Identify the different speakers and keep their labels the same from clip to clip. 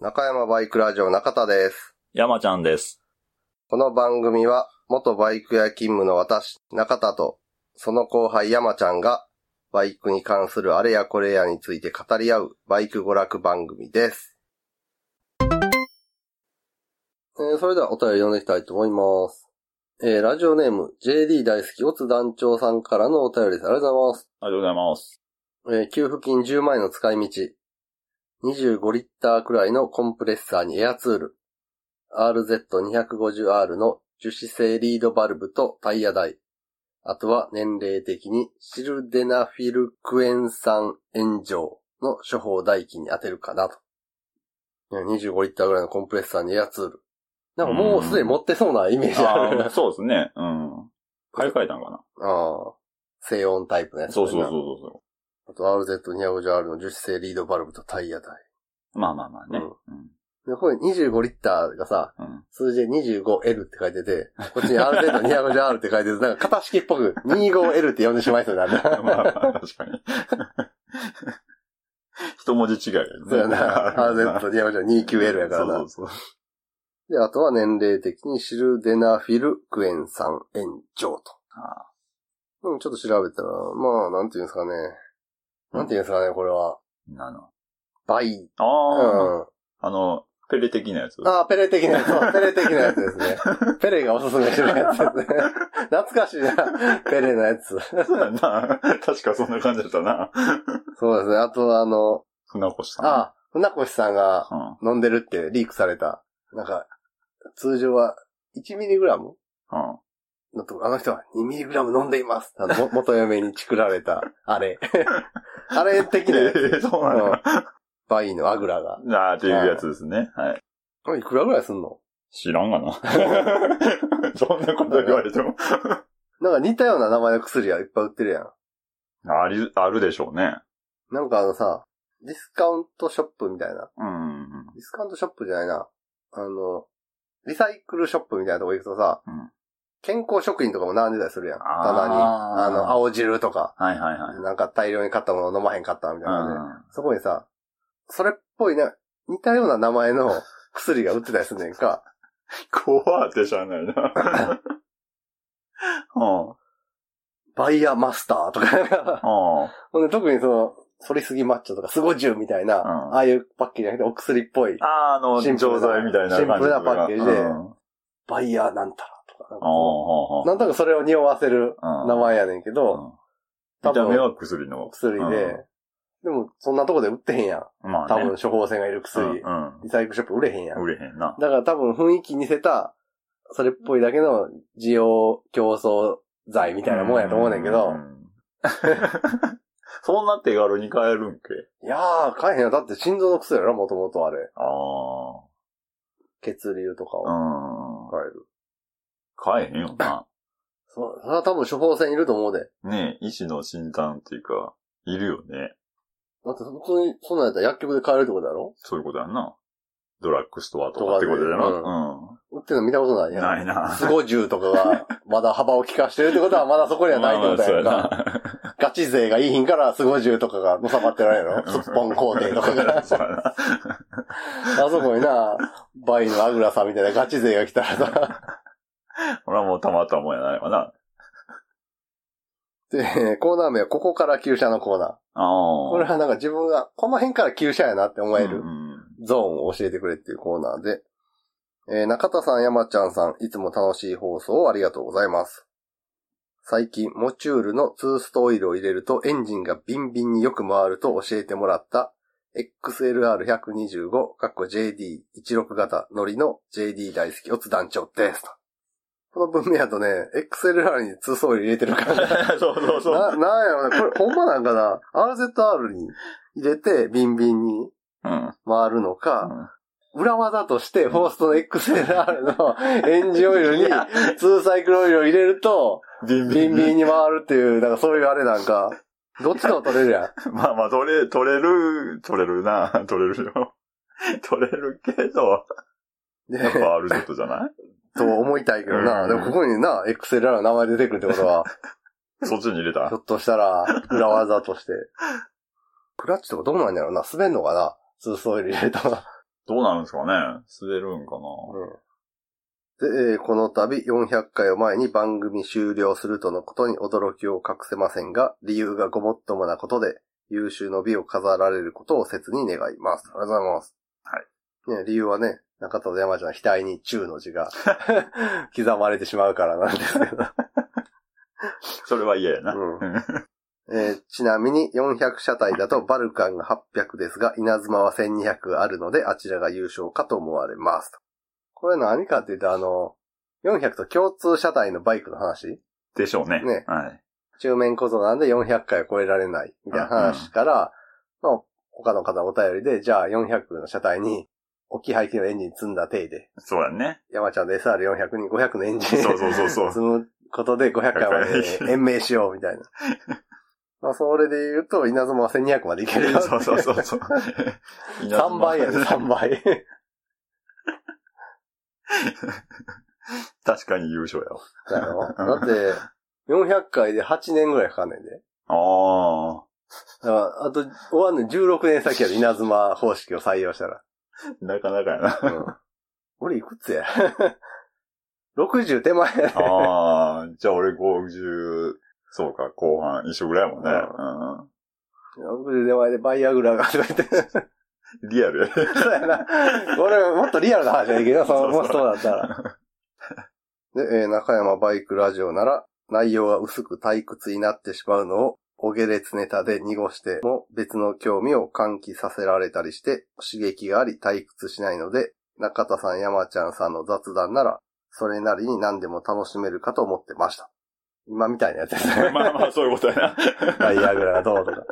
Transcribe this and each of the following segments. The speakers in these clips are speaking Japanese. Speaker 1: 中山バイクラジオ中田です。
Speaker 2: 山ちゃんです。
Speaker 1: この番組は、元バイク屋勤務の私、中田と、その後輩山ちゃんが、バイクに関するあれやこれやについて語り合う、バイク娯楽番組です。えーそれではお便り読んでいきたいと思います。えーラジオネーム、JD 大好き、オツ団長さんからのお便りです。ありがとうございます。
Speaker 2: ありがとうございます。
Speaker 1: えー給付金10万円の使い道。25リッターくらいのコンプレッサーにエアツール。RZ250R の樹脂製リードバルブとタイヤ台。あとは年齢的にシルデナフィルクエン酸炎上の処方代金に当てるかなと。いや25リッターぐらいのコンプレッサーにエアツール。なんかもうすでに持ってそうなイメージあ
Speaker 2: あ
Speaker 1: る。
Speaker 2: ー そうですね。うん。買い替えたのかな
Speaker 1: ああ。静音タイプのやつだ
Speaker 2: そ
Speaker 1: よ
Speaker 2: う
Speaker 1: な。
Speaker 2: そうそうそ
Speaker 1: あと RZ250R の樹脂製リードバルブとタイヤ台。
Speaker 2: う。まあまあまあね。
Speaker 1: うん
Speaker 2: うん。
Speaker 1: で、これ25リッターがさ、
Speaker 2: うん。
Speaker 1: 数字で 25L って書いてて、こっちに RZ250R って書いてて、なんか型式っぽく 25L って呼んでしまいそうになる
Speaker 2: ま あまあ
Speaker 1: な。
Speaker 2: 確かに。一文字違いだよね。
Speaker 1: そうやな。RZ25029L やから
Speaker 2: そ
Speaker 1: な
Speaker 2: う。そうそう。
Speaker 1: で、あとは年齢的にシルデナフィルクエン酸炎上と。
Speaker 2: あ
Speaker 1: うん、ちょっと調べたら、まあ、なんていうんですかね。なんていうんですかね、これは。
Speaker 2: ーなの。
Speaker 1: 倍。う
Speaker 2: ああ、
Speaker 1: ん。
Speaker 2: あの、ペレ的なやつ。
Speaker 1: ああ、ペレ的なやつ、そうペレ的なやつですね。ペレがおすすめしてるやつですね。懐かしいな、ペレのやつ。
Speaker 2: そうやんな。確かそんな感じだったな。
Speaker 1: そうですね。あと、あの、
Speaker 2: 船越さん。
Speaker 1: あ、船越さんが
Speaker 2: うん。
Speaker 1: 飲んでるってリークされた。なんか、通常は 1mg?
Speaker 2: うん。
Speaker 1: のところ、あの人は 2mg 飲んでいます。あの、も元嫁にチクられた、あれ。あれ的なやつ。
Speaker 2: えーそうなの
Speaker 1: バイのアグラが。
Speaker 2: ああ、というやつですね。はい。
Speaker 1: これいくらぐらいすんの
Speaker 2: 知らんが な。そんなこと言われても。
Speaker 1: なんか似たような名前の薬はいっぱい売ってるやん。
Speaker 2: あり、あるでしょうね。
Speaker 1: なんかあのさ、ディスカウントショップみたいな。
Speaker 2: うん。
Speaker 1: ディスカウントショップじゃないな。あの、リサイクルショップみたいなとこ行くとさ、
Speaker 2: うん
Speaker 1: 健康食品とかも並んでたりするやん。
Speaker 2: あー
Speaker 1: 棚に。あの、青汁とか、
Speaker 2: はいはいはい。
Speaker 1: なんか大量に買ったもの飲まへんかったみたいな感じで。
Speaker 2: う
Speaker 1: そこにさ、それっぽいな、似たような名前 の薬が売ってたりすんねんか。
Speaker 2: ん。怖ってしゃあないな。 うん。
Speaker 1: バイヤーマスターとかなんか、
Speaker 2: うん。
Speaker 1: ほんで特にその、反りすぎマッチョとか、スゴジュみたいな、
Speaker 2: ん
Speaker 1: ああいうパッケージじゃなくてお薬っぽい、
Speaker 2: あー、あの、
Speaker 1: シンプルな
Speaker 2: 錠剤みたいな感じ
Speaker 1: シンプルなパッケージで
Speaker 2: うん。うん
Speaker 1: バイヤーなんたらとかなんかそう。
Speaker 2: うん
Speaker 1: なんとなくそれを匂わせる
Speaker 2: うん
Speaker 1: 名前やねんけど、
Speaker 2: うん。見た目は薬の。
Speaker 1: 薬で、でもそんなとこで売ってへんやん。
Speaker 2: まあ
Speaker 1: 多
Speaker 2: ね。
Speaker 1: 分処方箋がいる薬、
Speaker 2: うん。
Speaker 1: リサイクルショップ売れへんやん
Speaker 2: うん。。売れへんな。
Speaker 1: だから多分雰囲気に似せた、それっぽいだけの需要競争剤みたいなもんやと思うねんけ
Speaker 2: う
Speaker 1: ど、
Speaker 2: ん。 そんな手軽に買えるんけ。
Speaker 1: いやー、買えへんよ。だって心臓の薬やろ、もともとあれ。
Speaker 2: ああ。
Speaker 1: 血流とかを
Speaker 2: うん。
Speaker 1: 買える。
Speaker 2: 買えへんよな。
Speaker 1: そそれは多分処方箋いると思うで。
Speaker 2: ねえ、医師の診断っていうか、いるよね。
Speaker 1: だって普通に、そんなんやったら薬局で買えるってことやろ
Speaker 2: そういうことやんな。ドラッグストアとかってことだな。
Speaker 1: と
Speaker 2: う
Speaker 1: 売ってるの見たことない
Speaker 2: ん。
Speaker 1: やん。
Speaker 2: ないな。
Speaker 1: スゴジュとかが、まだ幅を利かしてるってことは、まだそこにはないってことやん
Speaker 2: まあま
Speaker 1: か。ガチ勢がいいひんから、スゴジュとかがのさばってられる
Speaker 2: あ
Speaker 1: の
Speaker 2: そ
Speaker 1: す
Speaker 2: う
Speaker 1: っぽん工程とか
Speaker 2: やな
Speaker 1: が。
Speaker 2: そうやな
Speaker 1: あそこにな、バイのアグラさんみたいなガチ勢が来たらさ、
Speaker 2: 俺はもうたまったもんやないわな。
Speaker 1: で、コーナー名はここから旧車のコーナー。
Speaker 2: ああ。
Speaker 1: これはなんか自分がこの辺から旧車やなって思える
Speaker 2: うんうん
Speaker 1: ゾーンを教えてくれっていうコーナーで、えー中田さん、山ちゃんさん、いつも楽しい放送をありがとうございます。最近、モチュールのツーストオイルを入れるとエンジンがビンビンによく回ると教えてもらった XLR125、かっこ JD16 型乗りの JD 大好きオツ団長ですと。この文明やとね、XLR にツーストオイル入れてる感じ。
Speaker 2: そう そうそう。
Speaker 1: な、なんやろね。これ、ほんまなんかな。RZR に入れて、ビンビンに
Speaker 2: うん。うん
Speaker 1: 回るのか、裏技として、フォーストの XLR のエンジンオイルに、ツーサイクルオイルを入れると、
Speaker 2: ビンビ
Speaker 1: ビ
Speaker 2: ン。
Speaker 1: ンビンに回るっていう、なんかそういうあれなんか、どっちかも取れるやん。
Speaker 2: まあまあ、取れ、取れる、取れるな。 取れるよ。取れるけど、
Speaker 1: で
Speaker 2: やっぱ RZ じゃない
Speaker 1: と思いたいけどな。でもここにな、XLR の名前出てくるってことは、
Speaker 2: そっちに入れ
Speaker 1: ひょ
Speaker 2: た。
Speaker 1: っとしたら、裏技として。クラッチとかどうなんやろな滑んのかなツーストオイル入れたら。
Speaker 2: どうなるんですかね滑るんかな
Speaker 1: で、えーこの度400回を前に番組終了するとのことに驚きを隠せませんが、理由がごもっともなことで、優秀の美を飾られることを切に願います。ありがとうございます。はい。ね、理由はね、中田と山ちゃんの額に中の字が 刻まれてしまうからなんですけど。
Speaker 2: それは嫌やな。
Speaker 1: うんえーちなみに400車体だとバルカンが800ですが、稲妻は1200あるので、あちらが優勝かと思われます。これ何かって言うと、あの、400と共通車体のバイクの話
Speaker 2: でしょうね。
Speaker 1: ね
Speaker 2: はい。
Speaker 1: 中面小僧なんで400回を超えられない、みたいな話から、まあ他の方のお便りで、じゃあ400の車体に、大きい排気のエンジン積んだ体で、
Speaker 2: そうやね。
Speaker 1: 山ちゃんの SR400 に500のエンジン
Speaker 2: そうそうそうそう
Speaker 1: 積むことで500回ま で延命しよう、みたいな。まあ、それで言うと、稲妻は1200までいけるよ。
Speaker 2: そうそうそうそう。
Speaker 1: 3倍やで、3倍。
Speaker 2: 確かに優勝やわ。
Speaker 1: だよだって、400回で8年ぐらいかかんねんで。
Speaker 2: あ
Speaker 1: だから、あと、終わんの16年先やで、稲妻方式を採用したら。
Speaker 2: あ、なかなかやな。
Speaker 1: うん俺いくつや ?60 手前やね。
Speaker 2: ああ、 じゃあ俺50、そうか、後半一緒ぐらいやもんね。
Speaker 1: 60手前でバイアグラがとか言って。
Speaker 2: うん、リアルやね。
Speaker 1: そうやな。俺もっとリアルな話やけど、その
Speaker 2: そ
Speaker 1: も
Speaker 2: う
Speaker 1: し
Speaker 2: そう
Speaker 1: そうだったら。で、えー中山バイクラジオなら、内容が薄く退屈になってしまうのを、お下劣ネタで濁しても別の興味を喚起させられたりして、刺激があり退屈しないので、中田さん、山ちゃんさんの雑談なら、それなりに何でも楽しめるかと思ってました。今みたいなやつですね。
Speaker 2: まあまあ、そういうことや な。
Speaker 1: バイアグラがどうとか。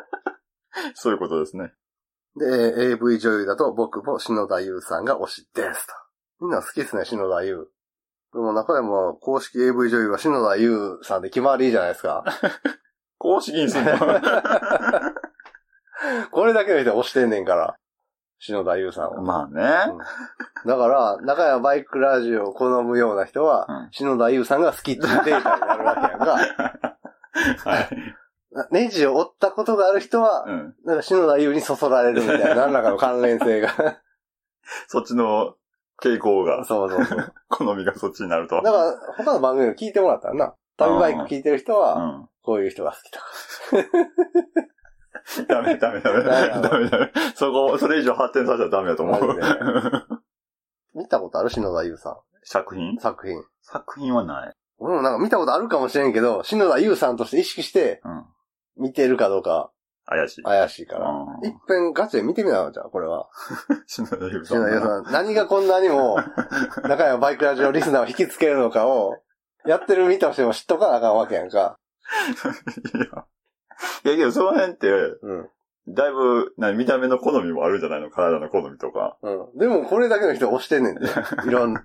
Speaker 2: そういうことですね。
Speaker 1: で、えー AV 女優だと僕も篠田優さんが推しですと。みんな好きですね、篠田優。でも中山公式 AV 女優は篠田優さんで決まりじゃないですか。
Speaker 2: 公式にするの
Speaker 1: これだけの人は推してんねんから。篠田優さんを。
Speaker 2: ま
Speaker 1: う
Speaker 2: あ
Speaker 1: んだから、中山バイクラジオを好むような人は、
Speaker 2: うん
Speaker 1: 篠田優さんが好きっていうデータになるわけやんか。
Speaker 2: ね。はい。
Speaker 1: なネジを折ったことがある人は、
Speaker 2: うん。
Speaker 1: なんか篠田優にそそられるみた いな、何らかの関連性が。
Speaker 2: そっちの傾向 が、
Speaker 1: そうそうそう。
Speaker 2: 好みがそっちになると。
Speaker 1: だから、他の番組を聞いてもらったらな。旅バイク聞いてる人
Speaker 2: う
Speaker 1: は、
Speaker 2: ん。
Speaker 1: こういう人が好きとか。
Speaker 2: ダメ、ダメ、ダメ。
Speaker 1: ダメ
Speaker 2: ダメ、ダメ。そこ、それ以上発展させたらダメだと思
Speaker 1: マ
Speaker 2: う
Speaker 1: ジ。見たことある篠田優さ
Speaker 2: 作品
Speaker 1: ん。作品。
Speaker 2: 作品はない。
Speaker 1: 俺もなんか見たことあるかもしれんけど、篠田優さんとして意識して
Speaker 2: うん。
Speaker 1: 見てるかどうか
Speaker 2: 怪しい。
Speaker 1: 怪しいから。
Speaker 2: う
Speaker 1: 一
Speaker 2: ん。
Speaker 1: 遍ガチで見てみなのじゃん、これは。
Speaker 2: 篠田優さん
Speaker 1: 篠田優さん。何がこんなに も、中山バイクラジオリスナーを引きつけるのかを、やってる見た人も知っとかなあかんわけやんか。
Speaker 2: いや。いやけど、その辺って、
Speaker 1: うん。
Speaker 2: だいぶ、な見た目の好みもあるんじゃないの体の好みとか。
Speaker 1: うん。でもこれだけの人推してん ねんで。いろん、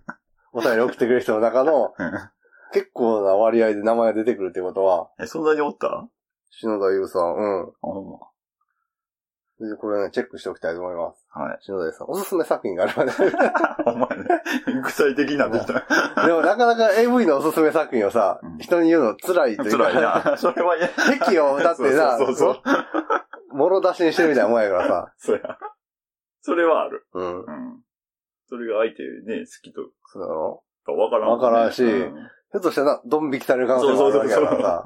Speaker 1: お便り送ってくる人の中の、
Speaker 2: うん
Speaker 1: 結構な割合で名前が出てくるってことは、
Speaker 2: え、そんなにおったあ、
Speaker 1: 篠田優さん、う
Speaker 2: ほん
Speaker 1: ん。でこれね、チェックしておきたいと思います。
Speaker 2: ま。はい。
Speaker 1: 篠田優さん。おすすめ作品があるまで。
Speaker 2: お前ね、具体的になってきた。
Speaker 1: でもなかなか AV のおすすめ作品をさ、
Speaker 2: うん
Speaker 1: 人に言うの辛いというか。
Speaker 2: 辛 い。な。それは嫌。
Speaker 1: 敵を、だってな、
Speaker 2: そうそうそうそう。
Speaker 1: もろ出しにしてるみたいなもんやからさ。
Speaker 2: そうや。それはある。
Speaker 1: うん。
Speaker 2: うん。それが相手ね、好きと
Speaker 1: そうだろ
Speaker 2: かわからんもんね。
Speaker 1: わからんし
Speaker 2: うん
Speaker 1: ひょっとしたらな、ドン引きされる可能性もあるわけやからさ。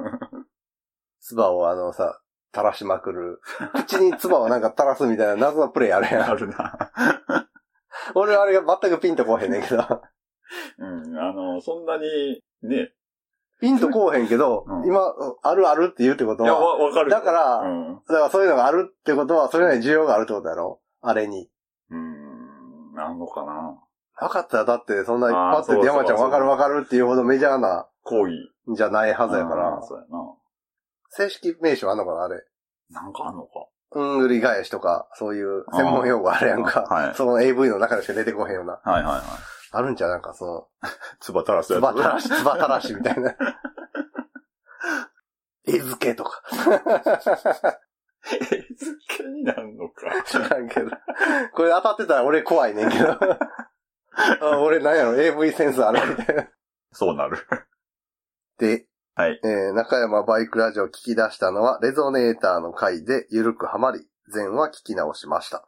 Speaker 1: 唾をあのさ、垂らしまくる。口に唾をなんか垂らすみたいな謎のプレイあるや
Speaker 2: あ
Speaker 1: ん。
Speaker 2: るな。
Speaker 1: 俺はあれが全くピンとこうへんねんけど。
Speaker 2: うん。あの、そんなに、ね。
Speaker 1: ピンとこうへんけど、
Speaker 2: うん
Speaker 1: 今、あるあるって言うってこと
Speaker 2: いや、
Speaker 1: は、
Speaker 2: わ、わかる。
Speaker 1: だから
Speaker 2: うん。
Speaker 1: だからそういうのがあるってことは、それなりに需要があるってことだろあれに。
Speaker 2: うん。なんのかな。
Speaker 1: なかったらだって、そんな
Speaker 2: あー
Speaker 1: パッて
Speaker 2: そうそう
Speaker 1: 山ちゃんわかるわかるっていうほどメジャーな
Speaker 2: 抗議。
Speaker 1: んじゃないはずやか
Speaker 2: あー
Speaker 1: ら。
Speaker 2: そうやな。
Speaker 1: 正式名称あんのかなあれ。
Speaker 2: なんかあんのか。
Speaker 1: うんぐり返しとか、そういう専門用語あるやんか。
Speaker 2: あーはい
Speaker 1: その AV の中でしか出てこへんような。
Speaker 2: はいはいはい。
Speaker 1: あるんじゃうなんかその、
Speaker 2: つばたらす
Speaker 1: つ
Speaker 2: やつ。
Speaker 1: ばたらし、つばたらしみたいな。 絵付けとか。
Speaker 2: え、付けになるのか。
Speaker 1: 知らんけど。これ当たってたら俺怖いねんけど。 あ俺なんやろ、AV センスあるみたいな。
Speaker 2: そうなる。
Speaker 1: で、
Speaker 2: はい
Speaker 1: えー中山バイクラジオを聞き出したのは、レゾネーターの回でゆるくハマり、前は聞き直しました。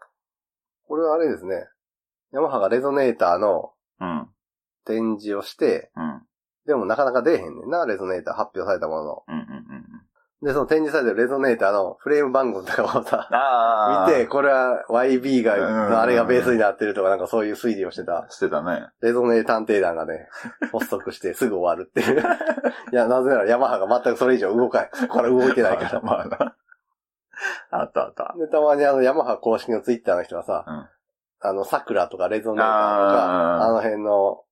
Speaker 1: これはあれですね。ヤマハがレゾネーターの
Speaker 2: うん。
Speaker 1: 展示をして、
Speaker 2: うん。
Speaker 1: でもなかなか出えへんねんな、レゾネーター発表されたものの。
Speaker 2: うん。うん。うん。
Speaker 1: で、その展示されてるレゾネーターのフレーム番号とかをさ、
Speaker 2: あ
Speaker 1: 見て、、これは YB が、
Speaker 2: うん
Speaker 1: のあれがベースになってるとか、なんかそういう推理をしてた、
Speaker 2: してたね。
Speaker 1: レゾネー探偵団が ね、発足してすぐ終わるっていう。いや、なぜならヤマハが全くそれ以上動かない。これ動いてないから。
Speaker 2: まあな。あったあった。
Speaker 1: で、たまにあの、ヤマハ公式のツイッターの人はさ、
Speaker 2: うん
Speaker 1: あの、桜とかレゾネーターとか、
Speaker 2: あ
Speaker 1: あ
Speaker 2: ー
Speaker 1: の辺の、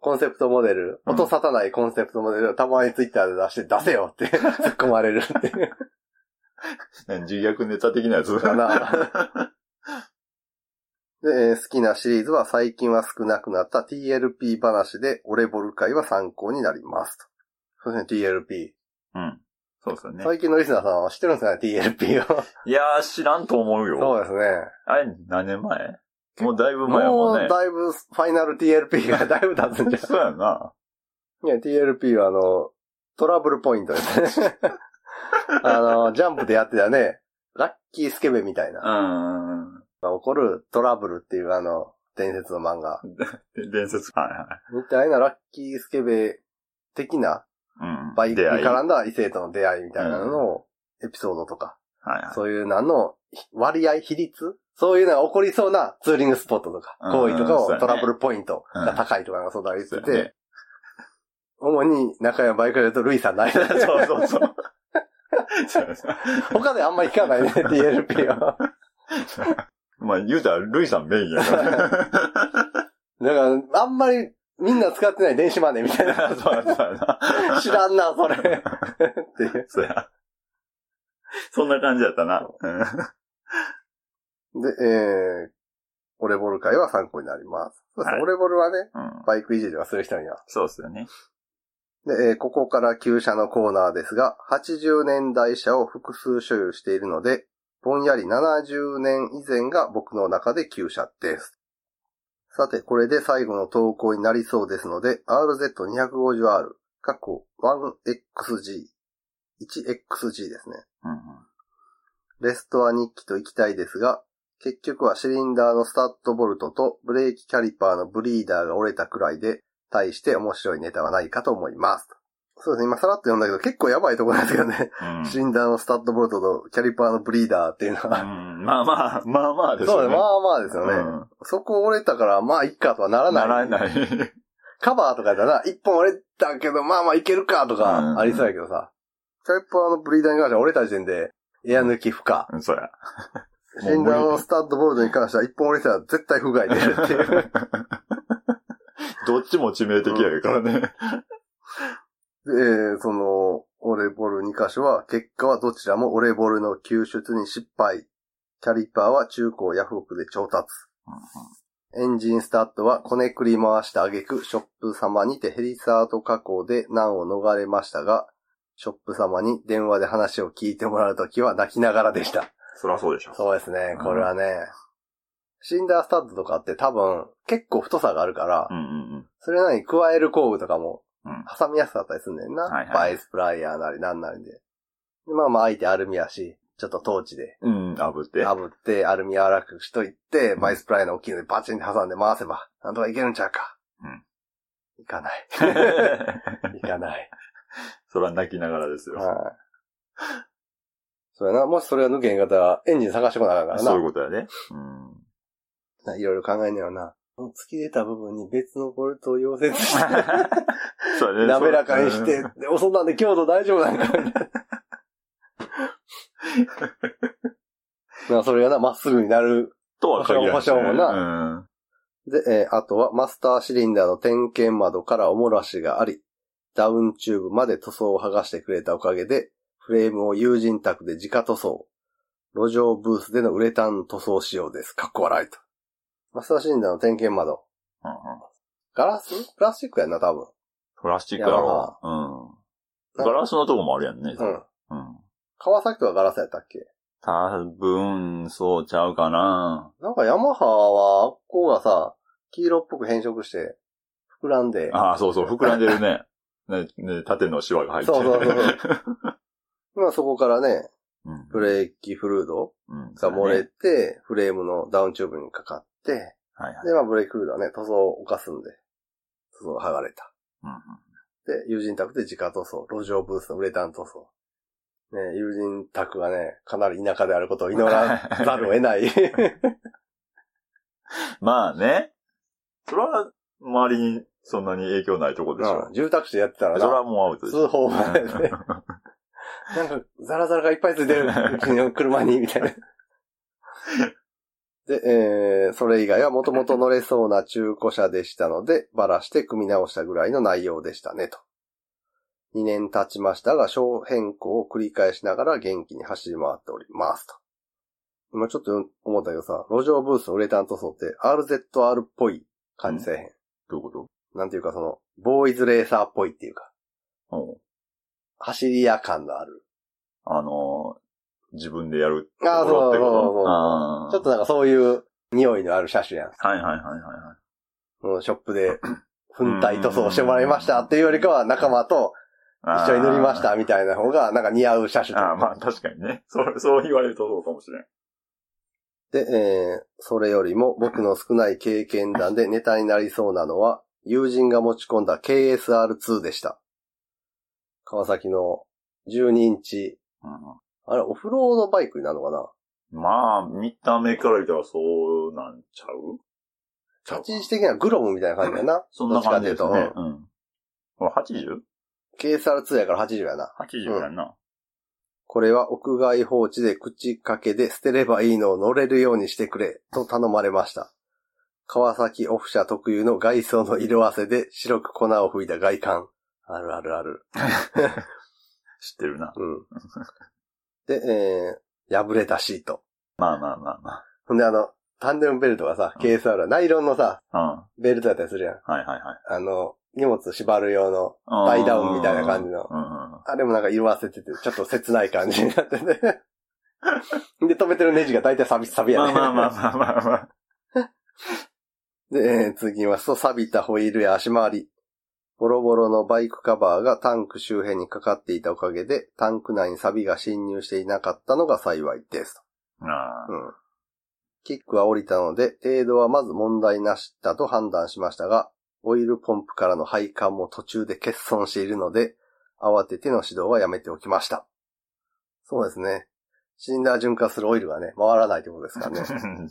Speaker 1: コンセプトモデル、
Speaker 2: うん
Speaker 1: 音沙汰ないコンセプトモデルをたまにツイッターで出して、出せよって 突っ込まれるっていう。
Speaker 2: ね自虐ネタ的なやつ
Speaker 1: かなで、えー好きなシリーズは最近は少なくなった TLP 話で、オレボル会は参考になりますと。そうですね、TLP。
Speaker 2: うん。そうですよね。
Speaker 1: 最近のリスナーさんは知ってるんですかね、TLP を。
Speaker 2: いやー、知らんと思うよ。
Speaker 1: そうですね。
Speaker 2: あれ、何年前もうだいぶ前や
Speaker 1: も
Speaker 2: もんね
Speaker 1: う。だいぶ、ファイナル TLP がだいぶ経つんじゃん。
Speaker 2: そうやな。
Speaker 1: いや、TLP はあの、トラブルポイントです ね。あの、ジャンプでやってたね、ラッキースケベみたいな、
Speaker 2: う
Speaker 1: が起こるトラブルっていうあの、伝説の漫画。
Speaker 2: ーん。伝説。はいはい。
Speaker 1: みたいなラッキースケベ的な、
Speaker 2: うん。
Speaker 1: バイクに
Speaker 2: 出会い
Speaker 1: 絡んだ異性との出会いみたいなのを、エピソードとか、
Speaker 2: はいはい。
Speaker 1: そういうなの、割合、比率そういうのが起こりそうなツーリングスポットとか、
Speaker 2: うん
Speaker 1: 行為とか
Speaker 2: そう
Speaker 1: を
Speaker 2: やね
Speaker 1: トラブルポイントが高いとかなんかそうだ言って
Speaker 2: そうや
Speaker 1: て、主に中山バイクでとルイさんの間
Speaker 2: ね そうそうそう。そうそう
Speaker 1: 他であんまり聞かないね、TLP は。
Speaker 2: まあ、言うたら、ルイさんメインやから。
Speaker 1: だから、あんまりみんな使ってない電子マネーみたいな。
Speaker 2: そうやそうやな。
Speaker 1: 知らんな、それ。っていう。
Speaker 2: そうや。 そんな感じやったな。うん
Speaker 1: で、えー、オレボル会は参考になります。そうですね
Speaker 2: はい
Speaker 1: オレボルはね、
Speaker 2: うん。
Speaker 1: バイクいじりはする人には。
Speaker 2: そうっすよね。
Speaker 1: で、えーここから旧車のコーナーですが、80年代車を複数所有しているので、ぼんやり70年以前が僕の中で旧車です。さて、これで最後の投稿になりそうですので、RZ250R、過去 1XG、1XG ですね。
Speaker 2: うんうん。
Speaker 1: レストア日記と行きたいですが、結局はシリンダーのスタッドボルトとブレーキキャリパーのブリーダーが折れたくらいで、対して面白いネタはないかと思います。そうですね、今さらっと読んだけど結構やばいところなんですよね。
Speaker 2: うん
Speaker 1: シリンダーのスタッドボルトとキャリパーのブリーダーっていうの
Speaker 2: う
Speaker 1: は。
Speaker 2: んまあまあ、まあまあで す
Speaker 1: そう
Speaker 2: よ
Speaker 1: です
Speaker 2: ね。
Speaker 1: ね、まあまあですよね。
Speaker 2: うん
Speaker 1: そこ折れたから、まあいっかとはならない。
Speaker 2: ならない。
Speaker 1: カバーとかやったら、一本折れたけど、まあまあいけるかと
Speaker 2: うん
Speaker 1: かありそうやけどさ。キャリパーのブリーダーに関しては折れた時点で、エア抜き不可。
Speaker 2: う んそうや。
Speaker 1: 死んだのスタッドボルトに関しては一本折れたら絶対不具合出るっていう。
Speaker 2: どっちも致命的やからね。
Speaker 1: で、その、オレボル2箇所は、結果はどちらもオレボルの救出に失敗。キャリパーは中古ヤフオクで調達。エンジンスタッドはこねくり回した挙句、ショップ様にてヘリサート加工で難を逃れましたが、ショップ様に電話で話を聞いてもらうときは泣きながらでした。
Speaker 2: そりゃそうでしょ。
Speaker 1: そうですね、これはね。シンダースタッドとかって多分結構太さがあるから、
Speaker 2: うんうんうん。
Speaker 1: それなのに加える工具とかも
Speaker 2: うん、
Speaker 1: 挟みやすかったりすんねんな。
Speaker 2: はいはい
Speaker 1: バイスプライヤーなりなんなりで。でまあまあ、相手アルミやし、ちょっとトーチで、
Speaker 2: うん、炙って。
Speaker 1: 炙って、アルミ柔らかくしといて、
Speaker 2: ん
Speaker 1: バイスプライヤーの大きいのでバチンって挟んで回せば、なんとかいけるんちゃうか。
Speaker 2: うん。
Speaker 1: いか ない。いかない。
Speaker 2: それは泣きながらですよ。
Speaker 1: はい。そうやな。もしそれが抜けへんかったら、エンジン探してこなあかんからな。
Speaker 2: そういうことやね。うん。
Speaker 1: ないろいろ考えんねやろな。突き出た部分に別のボルトを溶接 して、
Speaker 2: そうやね
Speaker 1: 滑らかにして、でおそんなんで強度大丈夫なんかみたい な。まあそれがな、まっすぐになる。
Speaker 2: とは限らない。
Speaker 1: 保証も
Speaker 2: な。
Speaker 1: で、えーあとはマスターシリンダーの点検窓からおもらしがあり、ダウンチューブまで塗装を剥がしてくれたおかげで、フレームを友人宅で直塗装。路上ブースでのウレタン塗装仕様です。かっこ笑いと。マスターシリンダーの点検窓。
Speaker 2: うんうんうん
Speaker 1: ガラスプラスチックやんな、多分。
Speaker 2: プラスチックやろ。うん。ガラスのとこもあるやんね。
Speaker 1: うん。
Speaker 2: うん。
Speaker 1: 川崎とかガラスやったっけ
Speaker 2: 多分、そうちゃうかな。
Speaker 1: なんかヤマハは、あっこがさ、黄色っぽく変色して、膨らんで、
Speaker 2: ああ、そうそう、膨らんでるね。 ね、ね、縦のシワが入って
Speaker 1: そうそうそう
Speaker 2: る。
Speaker 1: まあそこからね、
Speaker 2: うん
Speaker 1: ブレーキフルード
Speaker 2: うん
Speaker 1: が漏れて、フレームのダウンチューブにかかって、
Speaker 2: はいはい。
Speaker 1: で、まあ、ブレイクフルードはね、塗装を犯すんで、塗装が剥がれた。
Speaker 2: うんうん
Speaker 1: で、友人宅で自家塗装、路上ブースのウレタン塗装。ね、友人宅がね、かなり田舎であることを祈 らざるを得ない。
Speaker 2: まあね。それは、周りにそんなに影響ないとこでし
Speaker 1: う
Speaker 2: ょ
Speaker 1: ん。 住宅地でやってたら
Speaker 2: それは
Speaker 1: な、
Speaker 2: もうアウトでし
Speaker 1: 通
Speaker 2: ょ。
Speaker 1: 報前で、なんか、ザラザラがいっぱいついてる、うちの車に、みたいな。で、えー、それ以外はもともと乗れそうな中古車でしたので、バラして組み直したぐらいの内容でしたね、と。2年経ちましたが、小変更を繰り返しながら元気に走り回っております、と。今ちょっと思ったけどさ、路上ブースのウレタン塗装って RZR っぽい感じせえへん。
Speaker 2: どういうこと
Speaker 1: なんていうかその、ボーイズレーサーっぽいっていうか、
Speaker 2: うん。
Speaker 1: 走り屋感がある。
Speaker 2: あのー、自分でやるとこ
Speaker 1: あー
Speaker 2: ろってこ
Speaker 1: そうそうそう
Speaker 2: とあー
Speaker 1: ちょっとなんかそういう匂いのある車種やん。
Speaker 2: はいはいはいはいは
Speaker 1: もうショップで、粉体塗装してもらいましたっていうよりかは仲間と
Speaker 2: い。
Speaker 1: 一緒に乗りまし
Speaker 2: あ
Speaker 1: たみたいな方がなんか似合う車種
Speaker 2: ー。あーまあ確かにね。 そう、そう言われるとそうかもしれん。
Speaker 1: で、えー、それよりも僕の少ない経験談でネタになりそうなのは、友人が持ち込んだ KSR2 でした。川崎の12インチ、
Speaker 2: う、
Speaker 1: あれオフロードバイクになるのかなん
Speaker 2: まあ、見た目から言ったらそうなんちゃうちゃう
Speaker 1: 立ち位置的にはグロムみたいな感じやな。
Speaker 2: そんな感じです
Speaker 1: どっち
Speaker 2: ね
Speaker 1: か。
Speaker 2: うん。これ 80?80
Speaker 1: KSR2 やから80やな。
Speaker 2: 80やんな。
Speaker 1: これは屋外放置で口かけで捨てればいいのを乗れるようにしてくれ、と頼まれました。川崎オフ社特有の外装の色あせで白く粉を吹いた外観。あるあるある。
Speaker 2: 知ってるな。
Speaker 1: うん。 で、えー、破れたシート。
Speaker 2: まあまあまあ
Speaker 1: ほんであの、タンデムベルトがさ、KSR はナイロンのさ、
Speaker 2: まあ。
Speaker 1: ベルトだったりするやん。
Speaker 2: うん。はいはいはい。
Speaker 1: あの、荷物縛る用の。
Speaker 2: バ
Speaker 1: イダウンみたいな感じの
Speaker 2: うんうんうん。
Speaker 1: あれもなんか色あせてて、ちょっと切ない感じになって て。で、止めてるネジが大体サビ、サビや
Speaker 2: まあ
Speaker 1: ね。
Speaker 2: まあまあまあまあまあ。
Speaker 1: で、えー次は、そう、錆びたホイールや足回り。ボロボロのバイクカバーがタンク周辺にかかっていたおかげで、タンク内に錆が侵入していなかったのが幸いです。
Speaker 2: あ
Speaker 1: うん。キックは降りたので、程度はまず問題なしだと判断しましたが、オイルポンプからの配管も途中で欠損しているので、慌てての指導はやめておきました。そうですね。シンダー循環するオイルがね、回らないってことですから ね。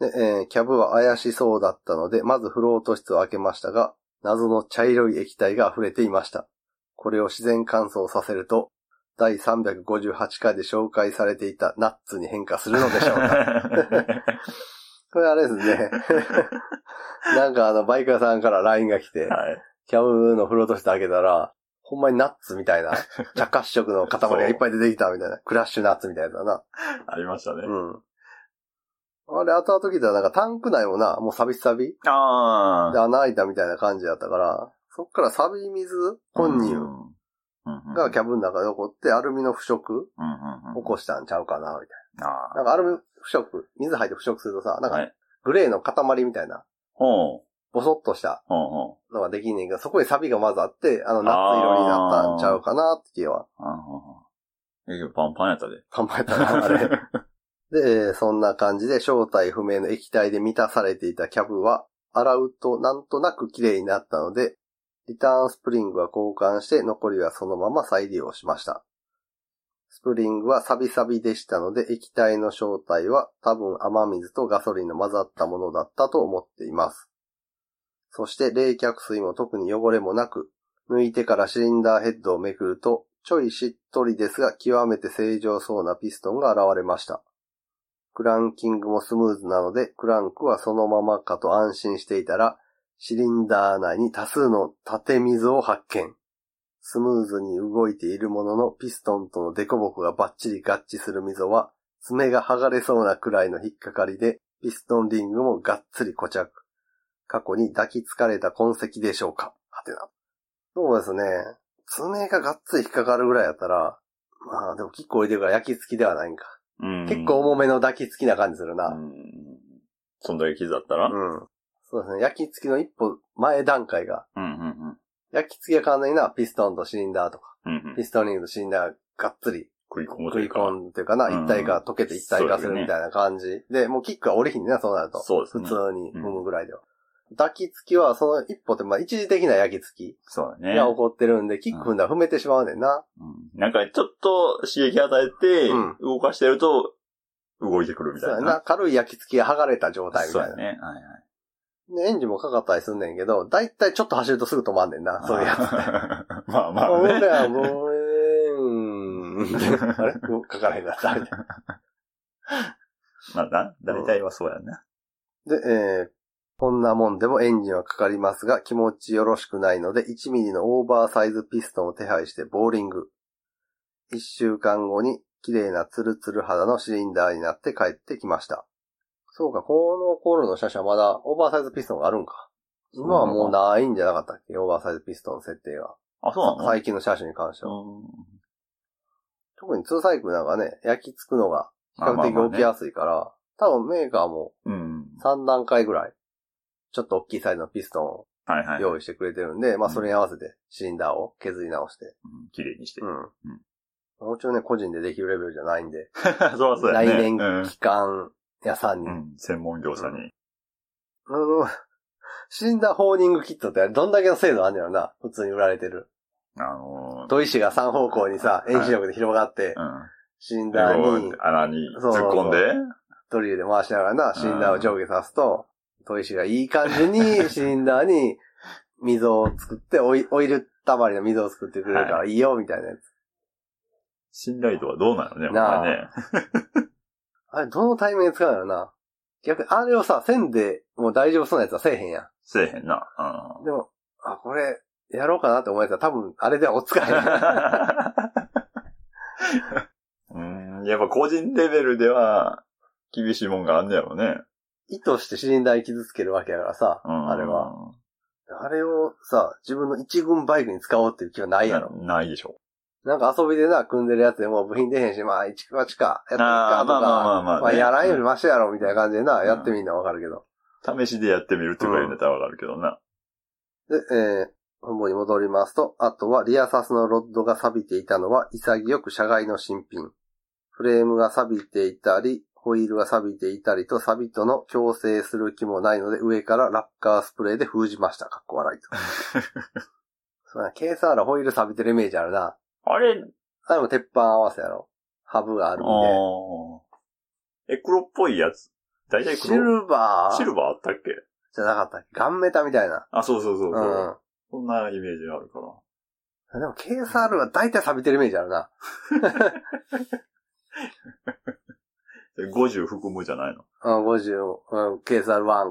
Speaker 1: で、えーキャブは怪しそうだったので、まずフロート室を開けましたが、謎の茶色い液体が溢れていました。これを自然乾燥させると、第358回で紹介されていたナッツに変化するのでしょう か。これあれですね。なんかあの、バイク屋さんから LINE が来て、
Speaker 2: はい。
Speaker 1: キャブのフロート室開けたら、ほんまにナッツみたいな、茶褐色の塊がいっぱい出てきたみたいな、クラッシュナッツみたいなやつだな。
Speaker 2: ありましたね。
Speaker 1: うん。あれ、後々聞いたらなんかタンク内もな、もうサビサビ
Speaker 2: あ
Speaker 1: で
Speaker 2: あ。
Speaker 1: 穴開いたみたいな感じだったから、そっからサビ水混入
Speaker 2: 入
Speaker 1: がキ
Speaker 2: ャ
Speaker 1: ャブの中で起こってアルミの腐食
Speaker 2: うんうんうん。
Speaker 1: 起こしたんちゃうかな、みた
Speaker 2: あ
Speaker 1: いな。なんかアルミ腐食、水入って腐食するとさ、
Speaker 2: あ。
Speaker 1: なん
Speaker 2: は
Speaker 1: か
Speaker 2: い。
Speaker 1: グレーの塊みたいな、
Speaker 2: ほう。
Speaker 1: ボソッとした
Speaker 2: ほうほ
Speaker 1: のができんねんけど、そこにサビが混ざって、あのナッツ色になったんちゃうかな、って気は
Speaker 2: う。あーほうほう。え、けどパンパンやったで。
Speaker 1: 考えたな、あれ。で、えーそんな感じで正体不明の液体で満たされていたキャブは、洗うとなんとなく綺麗になったので、リターンスプリングは交換して残りはそのまま再利用しました。スプリングはサビサビでしたので、液体の正体は多分雨水とガソリンの混ざったものだったと思っています。そして冷却水も特に汚れもなく、抜いてからシリンダーヘッドをめくると、ちょいしっとりですが極めて正常そうなピストンが現れました。クランキングもスムーズなので、クランクはそのままかと安心していたら、シリンダー内に多数の縦溝を発見。スムーズに動いているものの、ピストンとのデコボコがバッチリ合致する溝は、爪が剥がれそうなくらいの引っかかりで、ピストンリングもがっつり固着。過去に抱きつかれた痕跡でしょうかはてな。そうですね。爪ががっつり引っかかるぐらいだったら、まあでもキック置いてるから焼き付きではないんか。
Speaker 2: うん
Speaker 1: 結構重めの抱きつきな感じするな。
Speaker 2: う
Speaker 1: うん。
Speaker 2: ん。そんだけ傷だったらうん
Speaker 1: そうですね。焼きつきの一歩前段階が。
Speaker 2: うんうん。
Speaker 1: 焼きつきが完全にな、ピストンとシリンダーとか、
Speaker 2: うんうん
Speaker 1: ピストンリングとシリンダーががっつり
Speaker 2: 食い込むと
Speaker 1: 食
Speaker 2: い
Speaker 1: いう
Speaker 2: か。
Speaker 1: 込んというかな、
Speaker 2: うん
Speaker 1: 一体化、溶けて一体化するみたいな感じ。で、もうキックは折りひんねんな、そうなると。
Speaker 2: そうです
Speaker 1: 普
Speaker 2: ね。
Speaker 1: 通に踏むぐらいでは。抱きつきは、その一歩って、まあ一時的な焼きつき
Speaker 2: そうだね。
Speaker 1: が起こってるんで、キック踏んだら踏めてしまうねんな。
Speaker 2: うんなんかちょっと刺激与えて
Speaker 1: うん、
Speaker 2: 動かしてると、動いてくるみた
Speaker 1: そう
Speaker 2: い
Speaker 1: や
Speaker 2: な
Speaker 1: な。。軽い焼きつきが剥がれた状態み
Speaker 2: そう
Speaker 1: たい
Speaker 2: や
Speaker 1: な。
Speaker 2: ね。はいはい。
Speaker 1: で、エンジンもかかったりすんねんけど、だいたいちょっと走るとすぐ止まんねんな、そういうやつ。
Speaker 2: まあまあ
Speaker 1: 俺
Speaker 2: ね。
Speaker 1: はもう、えーん。あれもうかからへんかった。
Speaker 2: まあな、大体はそうやんな。
Speaker 1: で、えーこんなもんでもエンジンはかかりますが、気持ちよろしくないので、1ミリのオーバーサイズピストンを手配してボーリング。1週間後に、綺麗なツルツル肌のシリンダーになって帰ってきました。そうか、この頃の車種はまだオーバーサイズピストンがあるんか。今はもうないんじゃなかったっけオーバーサイズピストンの設定が。
Speaker 2: あ、そうなの
Speaker 1: 最近の車種に関しては。
Speaker 2: うん
Speaker 1: 特にツーサイクルなんかね、焼きつくのが比
Speaker 2: まあ
Speaker 1: 較
Speaker 2: まあ
Speaker 1: 的
Speaker 2: まあ
Speaker 1: 起
Speaker 2: ね
Speaker 1: きやすいから、多分メーカーも
Speaker 2: うん。
Speaker 1: 3段階ぐらい、ちょっと大きいサイズのピストンを
Speaker 2: はいはい。
Speaker 1: 用意してくれてるんで、まあそれに合わせてシリンダーを削り直して。
Speaker 2: うん 綺麗にして。
Speaker 1: うん。もちろんね、個人でできるレベルじゃないんで、
Speaker 2: そうはそうや
Speaker 1: 来
Speaker 2: ね。
Speaker 1: 年
Speaker 2: うん
Speaker 1: 機関屋さんに、
Speaker 2: う
Speaker 1: うん、
Speaker 2: ん。専門業者に。
Speaker 1: シリンダーホーニングキットってあれどんだけの精度あんねやろな、普通に売られてる。
Speaker 2: あのー、
Speaker 1: 砥石が3方向にさ、
Speaker 2: い
Speaker 1: 遠心力で広がって、シリンダ
Speaker 2: う
Speaker 1: ー
Speaker 2: ん。
Speaker 1: に
Speaker 2: こう穴に
Speaker 1: そうそう
Speaker 2: 突っ込んで。
Speaker 1: ドリルで回しながらな、シリンダーを上下さすと、砥石がいい感じ に、シリンダーに溝を作って、オイオイル溜まりの溝を作ってくれるからいいよ、みたいなやつ。
Speaker 2: 信頼度はどうなのね、ほん
Speaker 1: なあ
Speaker 2: まね。
Speaker 1: あれ、どのタイミングで使うのよな。逆に、あれをさ、線でもう大丈夫そうなやつはせえへんや
Speaker 2: せえへんな。うん
Speaker 1: ん。でも、あ、これ、やろうかなって思うやつは多分、あれではおっつかへ ん。
Speaker 2: うん、やっぱ個人レベルでは厳しいもんがあんねやろね。
Speaker 1: 意図してシリンダーに傷つけるわけやからさ、
Speaker 2: うん、
Speaker 1: あれは。。あれをさ、自分の一軍バイクに使おうっていう気はないやろ。
Speaker 2: なないでしょ。
Speaker 1: なんか遊びでな、組んでるやつでも部品出へんし、まあ、一か八か、やってみっ
Speaker 2: あ
Speaker 1: か
Speaker 2: ー
Speaker 1: と
Speaker 2: まあまあま
Speaker 1: か、
Speaker 2: あまあね
Speaker 1: まあ、やらんよりマシやろ、みたいな感じでな、
Speaker 2: うん
Speaker 1: やってみんなわかるけど。
Speaker 2: 試しでやってみるとか言うんだったらわかるけどな。
Speaker 1: で、えー、本部に戻りますと、あとはリアサスのロッドが錆びていたのは、潔く車外の新品。フレームが錆びていたり、ホイールが錆びていたりと、錆との共生する気もないので、上からラッカースプレーで封じました。かっこ 笑いと。そうや、KSR ホイール錆びてるイメージあるな。
Speaker 2: あれ、
Speaker 1: あれも鉄板合わせやろ。ハブがあるんで。
Speaker 2: あーえ、黒っぽいやつ。だいたい
Speaker 1: シ
Speaker 2: 黒。
Speaker 1: ルバー
Speaker 2: シルバーあったっけ
Speaker 1: じゃなかったっけガンメタみたいな。
Speaker 2: あ、そうそうそう
Speaker 1: う
Speaker 2: そう、
Speaker 1: ん。
Speaker 2: そんなイメージがあるから。
Speaker 1: でも KSR は大体錆びてるイメージあるな。
Speaker 2: で50含むじゃないの。
Speaker 1: うん、50も、うん、KSR1、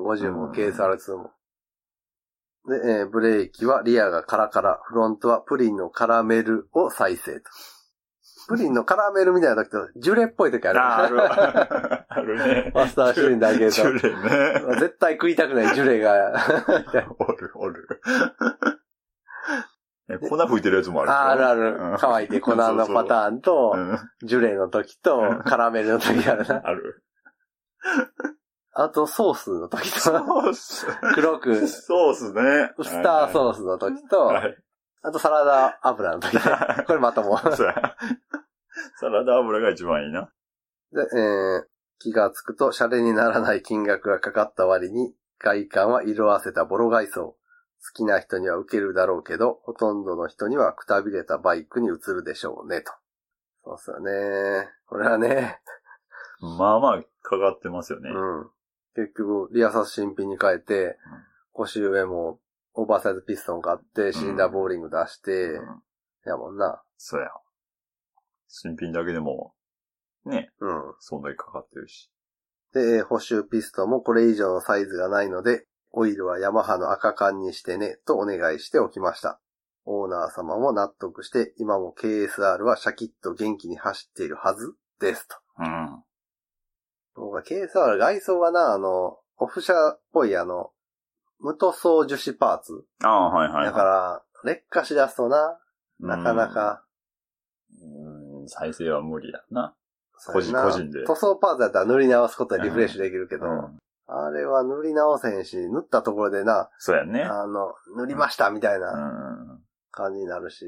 Speaker 1: 50
Speaker 2: うん
Speaker 1: も KSR2 も。で、えーブレーキはリアがカラカラ、フロントはプリンのカラメルを再生と。プリンのカラメルみたいな時と、ジュレっぽい時ある。
Speaker 2: あー ある。ある ね。
Speaker 1: マスターシリンダー系
Speaker 2: ジュ
Speaker 1: と。
Speaker 2: レね。
Speaker 1: 絶対食いたくないジュレ が。
Speaker 2: おる、おる。 え粉吹いてるやつもある。
Speaker 1: あるあ
Speaker 2: うん
Speaker 1: る。乾いて粉のパターンと、
Speaker 2: うん
Speaker 1: ジュレの時と、カラメルの時あるな。
Speaker 2: ある。
Speaker 1: あと、ソースの時
Speaker 2: ソ
Speaker 1: と、
Speaker 2: ース。
Speaker 1: 黒く、ス
Speaker 2: ソースね。
Speaker 1: ター
Speaker 2: ー
Speaker 1: ソースの時 と、
Speaker 2: はい。
Speaker 1: あとサラダ油の時 ね。
Speaker 2: は
Speaker 1: これまとも。
Speaker 2: い そうやサラダ油が一番いいな。
Speaker 1: で、えー気がつくと、シャレにならない金額がかかった割に、外観は色あせたボロ外装。好きな人には受けるだろうけど、ほとんどの人にはくたびれたバイクに移るでしょうね、と。そうっすよね。これはね、
Speaker 2: まあまあ、かかってますよね
Speaker 1: う。ん。結局、リアサス新品に変えて、腰上もオーバーサイズピストン買って、シリンダーボーリング出して、
Speaker 2: うん
Speaker 1: やもんな。
Speaker 2: そうや。新品だけでも、ね、
Speaker 1: うん。
Speaker 2: そんだけかかってるし。
Speaker 1: で、えー補修ピストンもこれ以上のサイズがないので、オイルはヤマハの赤缶にしてね、とお願いしておきました。オーナー様も納得して、今も KSR はシャキッと元気に走っているはずですと。
Speaker 2: うん。
Speaker 1: 僕は KSR 外装はな、あの、オフ車っぽいあの、無塗装樹脂パーツ。
Speaker 2: ああ、はいはいはい。
Speaker 1: だから、劣化しだすとな、なかなか、
Speaker 2: うん。うん、再生は無理だな。
Speaker 1: そうやな
Speaker 2: 個人個人で
Speaker 1: 塗装パーツだったら塗り直すことでリフレッシュできるけど、
Speaker 2: うん。
Speaker 1: あれは塗り直せへんし、塗ったところでな、
Speaker 2: そうやね。
Speaker 1: あの、塗りましたみたいな
Speaker 2: う
Speaker 1: 感じになるし。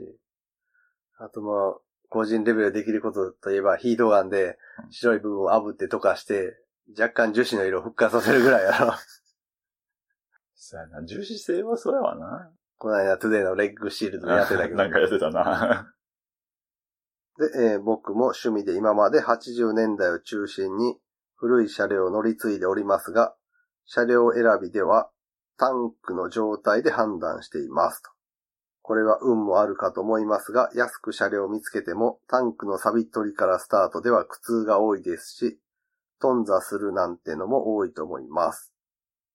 Speaker 1: あとまあ、個人レベルできることといえば、ヒートガンで白い部分を炙って溶かして、若干樹脂の色を復活させるぐらいやろ。
Speaker 2: そうやな、重視性はそうやわな。
Speaker 1: この間、トゥデイのレッグシールドやってたけ ど。
Speaker 2: なんかやってたな。
Speaker 1: で、えー僕も趣味で今まで80年代を中心に古い車両を乗り継いでおりますが、車両選びではタンクの状態で判断していますと。これは運もあるかと思いますが、安く車両を見つけてもタンクの錆び取りからスタートでは苦痛が多いですし、頓挫するなんてのも多いと思います。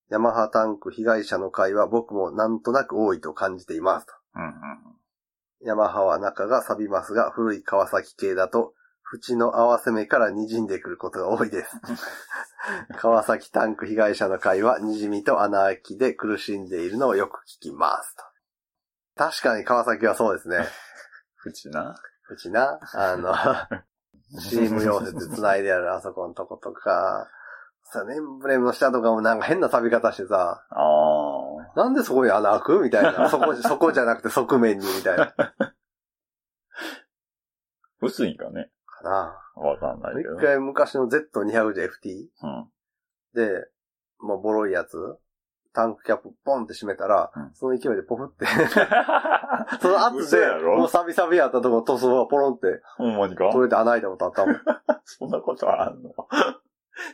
Speaker 1: ヤマハタンク被害者の会は僕もなんとなく多いと感じていますと。
Speaker 2: うんうん。
Speaker 1: ヤマハは中が錆びますが、古い川崎系だと、縁の合わせ目から滲んでくることが多いです。川崎タンク被害者の会は、滲みと穴あきで苦しんでいるのをよく聞きます。と確かに川崎はそうですね。
Speaker 2: うちな。
Speaker 1: うちな、あの、CM 溶接繋いであるあそこのとことか、さ、エンブレムの下とかもなんか変な錆び方してさ、
Speaker 2: ああ。
Speaker 1: なんでそこに穴開くみたいな。そこ、そこじゃなくて側面にみたいな。か
Speaker 2: 薄いんかね。
Speaker 1: な。
Speaker 2: わかんないけど。
Speaker 1: 一回昔の Z200JFT
Speaker 2: うん。
Speaker 1: で、もうボロいやつ、タンクキャップポンって閉めたら、
Speaker 2: うん
Speaker 1: その勢いでポフって、 その圧
Speaker 2: 嘘
Speaker 1: で
Speaker 2: や、ろ
Speaker 1: もうサビサビやったとこ塗装がポロンって
Speaker 2: ほんまにか
Speaker 1: 取れて穴開いたことあったも ん。
Speaker 2: そんなことあんの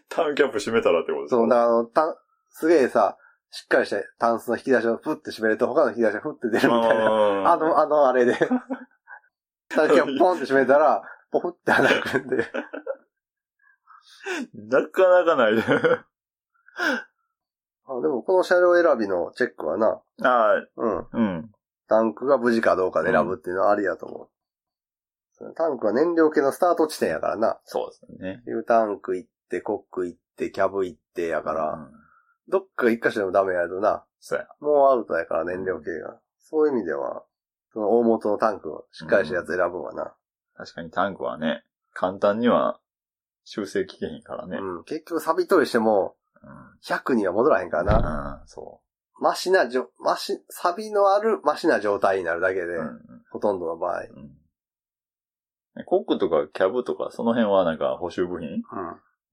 Speaker 2: タウンキャップ閉めたらってことですか
Speaker 1: そう、だからあの、たすげえさ、しっかりしてタンスの引き出しをプッて閉めると他の引き出しがフッて出るみたいな。
Speaker 2: あ
Speaker 1: あの、あのあ れで。タンクキャップポンって閉めたら、ポフって穴開くんで。
Speaker 2: なかなか ない。
Speaker 1: あでもこの車両選びのチェックはな、
Speaker 2: あ
Speaker 1: うん。
Speaker 2: あ、うん。
Speaker 1: タンクが無事かどうかで選ぶっていうのはありやと思う。タンクは燃料系のスタート地点やからな。
Speaker 2: そうですね。
Speaker 1: U タンク行って、コック行って、キャブ行ってや
Speaker 2: だ
Speaker 1: から、どっか一箇所でもダメやるとな、
Speaker 2: そうや。
Speaker 1: もうアウトやから燃料系が。そういう意味では、その大元のタンクをしっかりしたやつ選ぶわな。
Speaker 2: 確かにタンクはね、簡単には修正きけへんからね。
Speaker 1: うん。結局錆び取りしても、100には戻らへんからな。
Speaker 2: な。うん、そ
Speaker 1: マシなじょ、マシ、錆びのあるマシな状態になるだけで、
Speaker 2: う。うん
Speaker 1: ほとんどの場合。うん。
Speaker 2: うんコックとかキャブとかその辺はなんか補修部品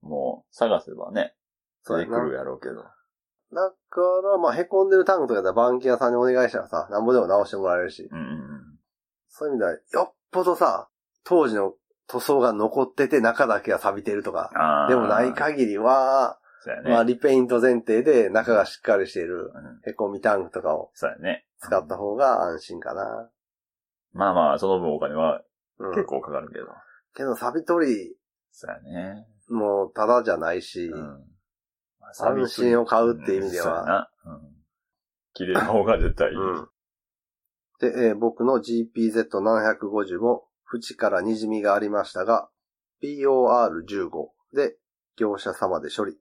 Speaker 2: もう探せばね、
Speaker 1: そう
Speaker 2: 出
Speaker 1: や
Speaker 2: て
Speaker 1: な
Speaker 2: くるやろうけど。
Speaker 1: だから、まあ、凹んでるタンクとかだったら、板金屋さんにお願いしたらさ、なんぼでも直してもらえるし、
Speaker 2: うんうん
Speaker 1: そういう意味では、よっぽどさ、当時の塗装が残ってて、中だけが錆びてるとか
Speaker 2: うん。、ああ。
Speaker 1: でもない。限りは、
Speaker 2: そうやね。
Speaker 1: まあ、リペイント前提で中がしっかりしている
Speaker 2: うん、
Speaker 1: 凹みタンクとかを
Speaker 2: そうやね。
Speaker 1: 使った方が安心かな。
Speaker 2: まあまあ、その分お金は
Speaker 1: う
Speaker 2: 結
Speaker 1: ん。
Speaker 2: 構かかるけど。
Speaker 1: けど、錆び取り
Speaker 2: そうやね。
Speaker 1: もただじゃないし、
Speaker 2: うん。
Speaker 1: 安心を買うっていう意味では。
Speaker 2: うん。そうやなうん綺麗な方が絶対いい。
Speaker 1: うん。で、えー僕の GPZ750 も、縁から滲みがありましたが、POR15 で業者様で処理。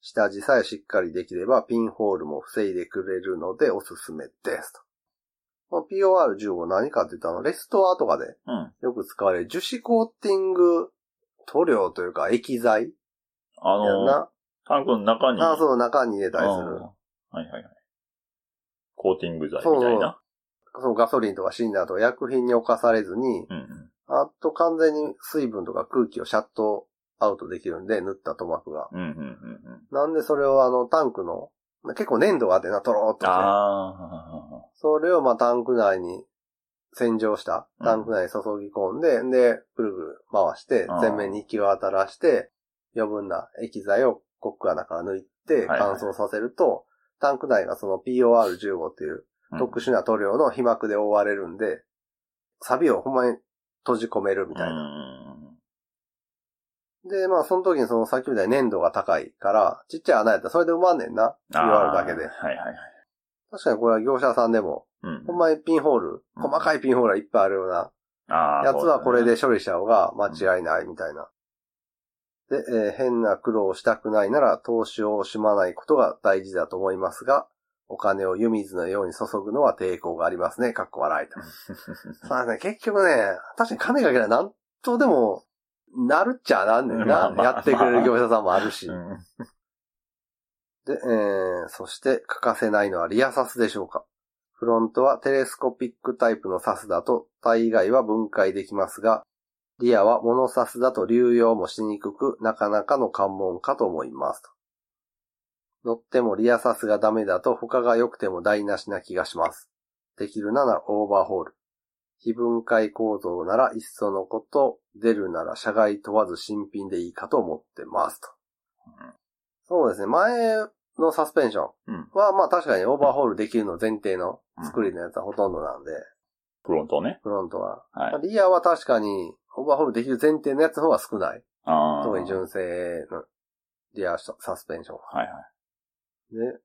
Speaker 1: 下地さえしっかりできればピンホールも防いでくれるのでおすすめですと。この POR15 何かって言ったのレストアとかで
Speaker 2: うん。
Speaker 1: よく使われる樹脂コーティング塗料というか液剤
Speaker 2: あ
Speaker 1: や
Speaker 2: の、
Speaker 1: な。
Speaker 2: タンクの中に。
Speaker 1: ああ、そう、中に入れたりする
Speaker 2: うん。はいはいはい。コーティング剤み
Speaker 1: そう
Speaker 2: たいな。
Speaker 1: そのガソリンとかシンナーとか薬品に侵されずに、
Speaker 2: うんうん。
Speaker 1: あと完全に水分とか空気をシャットアウトできるんで、塗った塗膜が。
Speaker 2: うんうんうんうん。
Speaker 1: なんでそれをあのタンクの、まあ結構粘土があってな、とろーっとして。
Speaker 2: あ
Speaker 1: それをまあタンク内に洗浄した、
Speaker 2: うん
Speaker 1: タンク内に注ぎ込んで、で、ぐるぐる回して
Speaker 2: あー、
Speaker 1: 全面に息を当たらして、余分な液剤をコック穴から抜いて
Speaker 2: はい
Speaker 1: 乾燥させると、タンク内がその POR15 っていう
Speaker 2: あ。
Speaker 1: 特殊な塗料の被膜で覆われるんで、サビをほんまに閉じ込めるみ
Speaker 2: み
Speaker 1: たいな。
Speaker 2: な。
Speaker 1: で、まあ、その時にそのさっきみたいに粘度が高いから、ちっちゃい穴やったらそれで埋まんねんな。言わ
Speaker 2: あ
Speaker 1: れ
Speaker 2: ー
Speaker 1: るだけで。
Speaker 2: はいはいはい。
Speaker 1: 確かにこれは業者さんでも、
Speaker 2: うん。
Speaker 1: ほんまにピンホール、
Speaker 2: うん
Speaker 1: 細かいピンホールがいっぱいあるような
Speaker 2: ああ。
Speaker 1: やつはこれ
Speaker 2: そう
Speaker 1: で処理した方が間違いないみたいな。で、えー変な苦労をしたくないなら投資を惜しまないことが大事だと思いますが、お金を湯水のように注ぐのは抵抗がありますね。かっこ笑いと。 そうですね、結局ね、確かに金かけりゃなんとでも、なるっちゃなんねん
Speaker 2: まあ
Speaker 1: な。
Speaker 2: まあ
Speaker 1: やってくれる業者さんもあるし
Speaker 2: だ。ね。うん
Speaker 1: で、えー、そして欠かせないのはリアサスでしょうか。フロントはテレスコピックタイプのサスだと、体以外は分解できますが、リアはモノサスだと流用もしにくく、なかなかの関門かと思います。乗ってもリアサスがダメだと他が良くても台無しな気がします。できるならオーバーホール。非分解構造ならいっそのこと、出るなら社外問わず新品でいいかと思ってますと。そうですね。前のサスペンション
Speaker 2: うん
Speaker 1: は、まあ確かにオーバーホールできるの前提の作りのやつはほとんどなんで、
Speaker 2: フロントね。
Speaker 1: フロントは。
Speaker 2: はい
Speaker 1: まあ。リアは確かに、オーバーホールできる前提のやつの方が少ない。
Speaker 2: ああ。
Speaker 1: 特に
Speaker 2: はい
Speaker 1: 純正のリアサスペンションは。
Speaker 2: はい。
Speaker 1: で、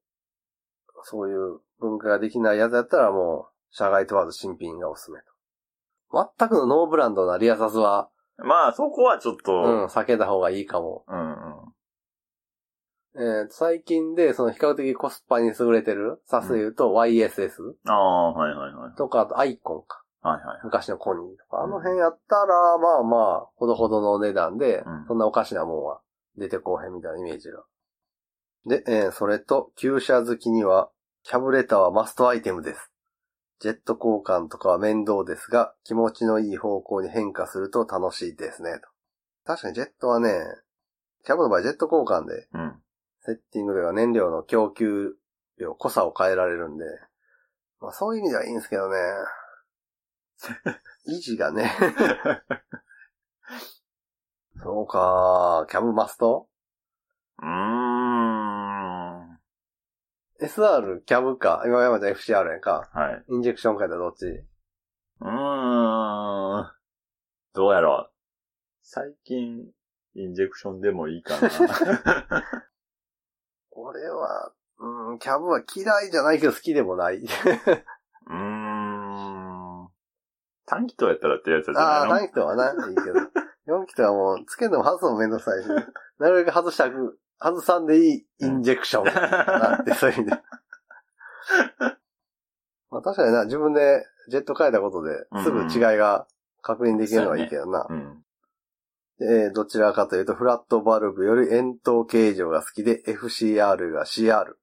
Speaker 1: そういう分解ができないやつやったらもう、社外問わず新品がおすすめと。全くのノーブランドなリアサスは、
Speaker 2: まあ、そこはちょっ
Speaker 1: う
Speaker 2: と、
Speaker 1: ん、避けた方がいいかも。
Speaker 2: うん、うん、
Speaker 1: えー最近で、その比較的コスパに優れてる、サスで言うと YSS
Speaker 2: ああ、はいはいはい。
Speaker 1: とか、あとアイコンか。
Speaker 2: はいはい。
Speaker 1: 昔のコニーとか、
Speaker 2: うん
Speaker 1: あの辺やったら、まあまあ、ほどほどのお値段で、
Speaker 2: うん
Speaker 1: そんなおかしなもんは出てこうへんみたいなイメージが。で、えーそれと、旧車好きには、キャブレターはマストアイテムです。ジェット交換とかは面倒ですが、気持ちのいい方向に変化すると楽しいですね。と確かにジェットはね、キャブの場合ジェット交換で、
Speaker 2: うん。
Speaker 1: セッティングでは燃料の供給量、濃さを変えられるんで、まあそういう意味ではいいんですけどね。 維持がね。 そうか、キャブマスト
Speaker 2: うーん。は
Speaker 1: ?SR、キャブか、今山ちゃん FCR やんか。
Speaker 2: い。
Speaker 1: インジェクション変えたらどっち
Speaker 2: うーん。どうやろう。最近、インジェクションでもいい かな。
Speaker 1: 俺は、うん、キャブは嫌いじゃないけど好きでもない。
Speaker 2: うーん。短気筒やったらってやつじ ゃ
Speaker 1: ああ、
Speaker 2: ない
Speaker 1: 短気とはな、いいけど。4気とはもう、つけるのも外すのもめんどくさいし、なるべく外したく、外さんでいいインジェクションだなって、そういう意 味で。まあ確かにな、自分でジェット変えたことで
Speaker 2: うん、
Speaker 1: すぐ違いが確認できるのはいいけどな。
Speaker 2: のうん。
Speaker 1: えーどちらかというと、フラットバルブより円筒形状が好きで、FCR が CR。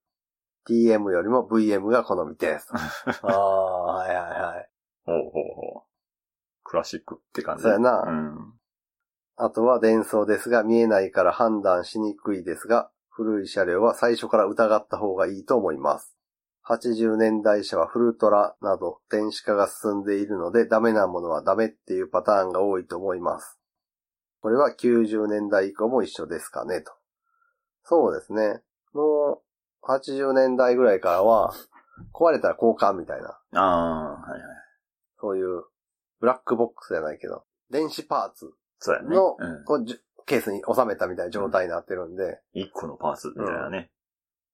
Speaker 1: TM よりも VM が好み です。ああ、はいはいはい。
Speaker 2: ほうほうほう。クラシックって感じ。
Speaker 1: そうやな
Speaker 2: うん。
Speaker 1: あとは伝送ですが、見えないから判断しにくいですが、古い車両は最初から疑った方がいいと思います。80年代車はフルトラなど電子化が進んでいるのでダメなものはダメっていうパターンが多いと思います。これは90年代以降も一緒ですかねと。そうですね。もう80年代ぐらいからは壊れたら交換みたいな、
Speaker 2: ああ、はいはい。
Speaker 1: そういうブラックボックスじゃないけど、電子パーツ
Speaker 2: そうやね。
Speaker 1: の
Speaker 2: うん、
Speaker 1: こうじゅケースに収めたみたいな状態になってるんで、
Speaker 2: 一個のパーツみたいなね。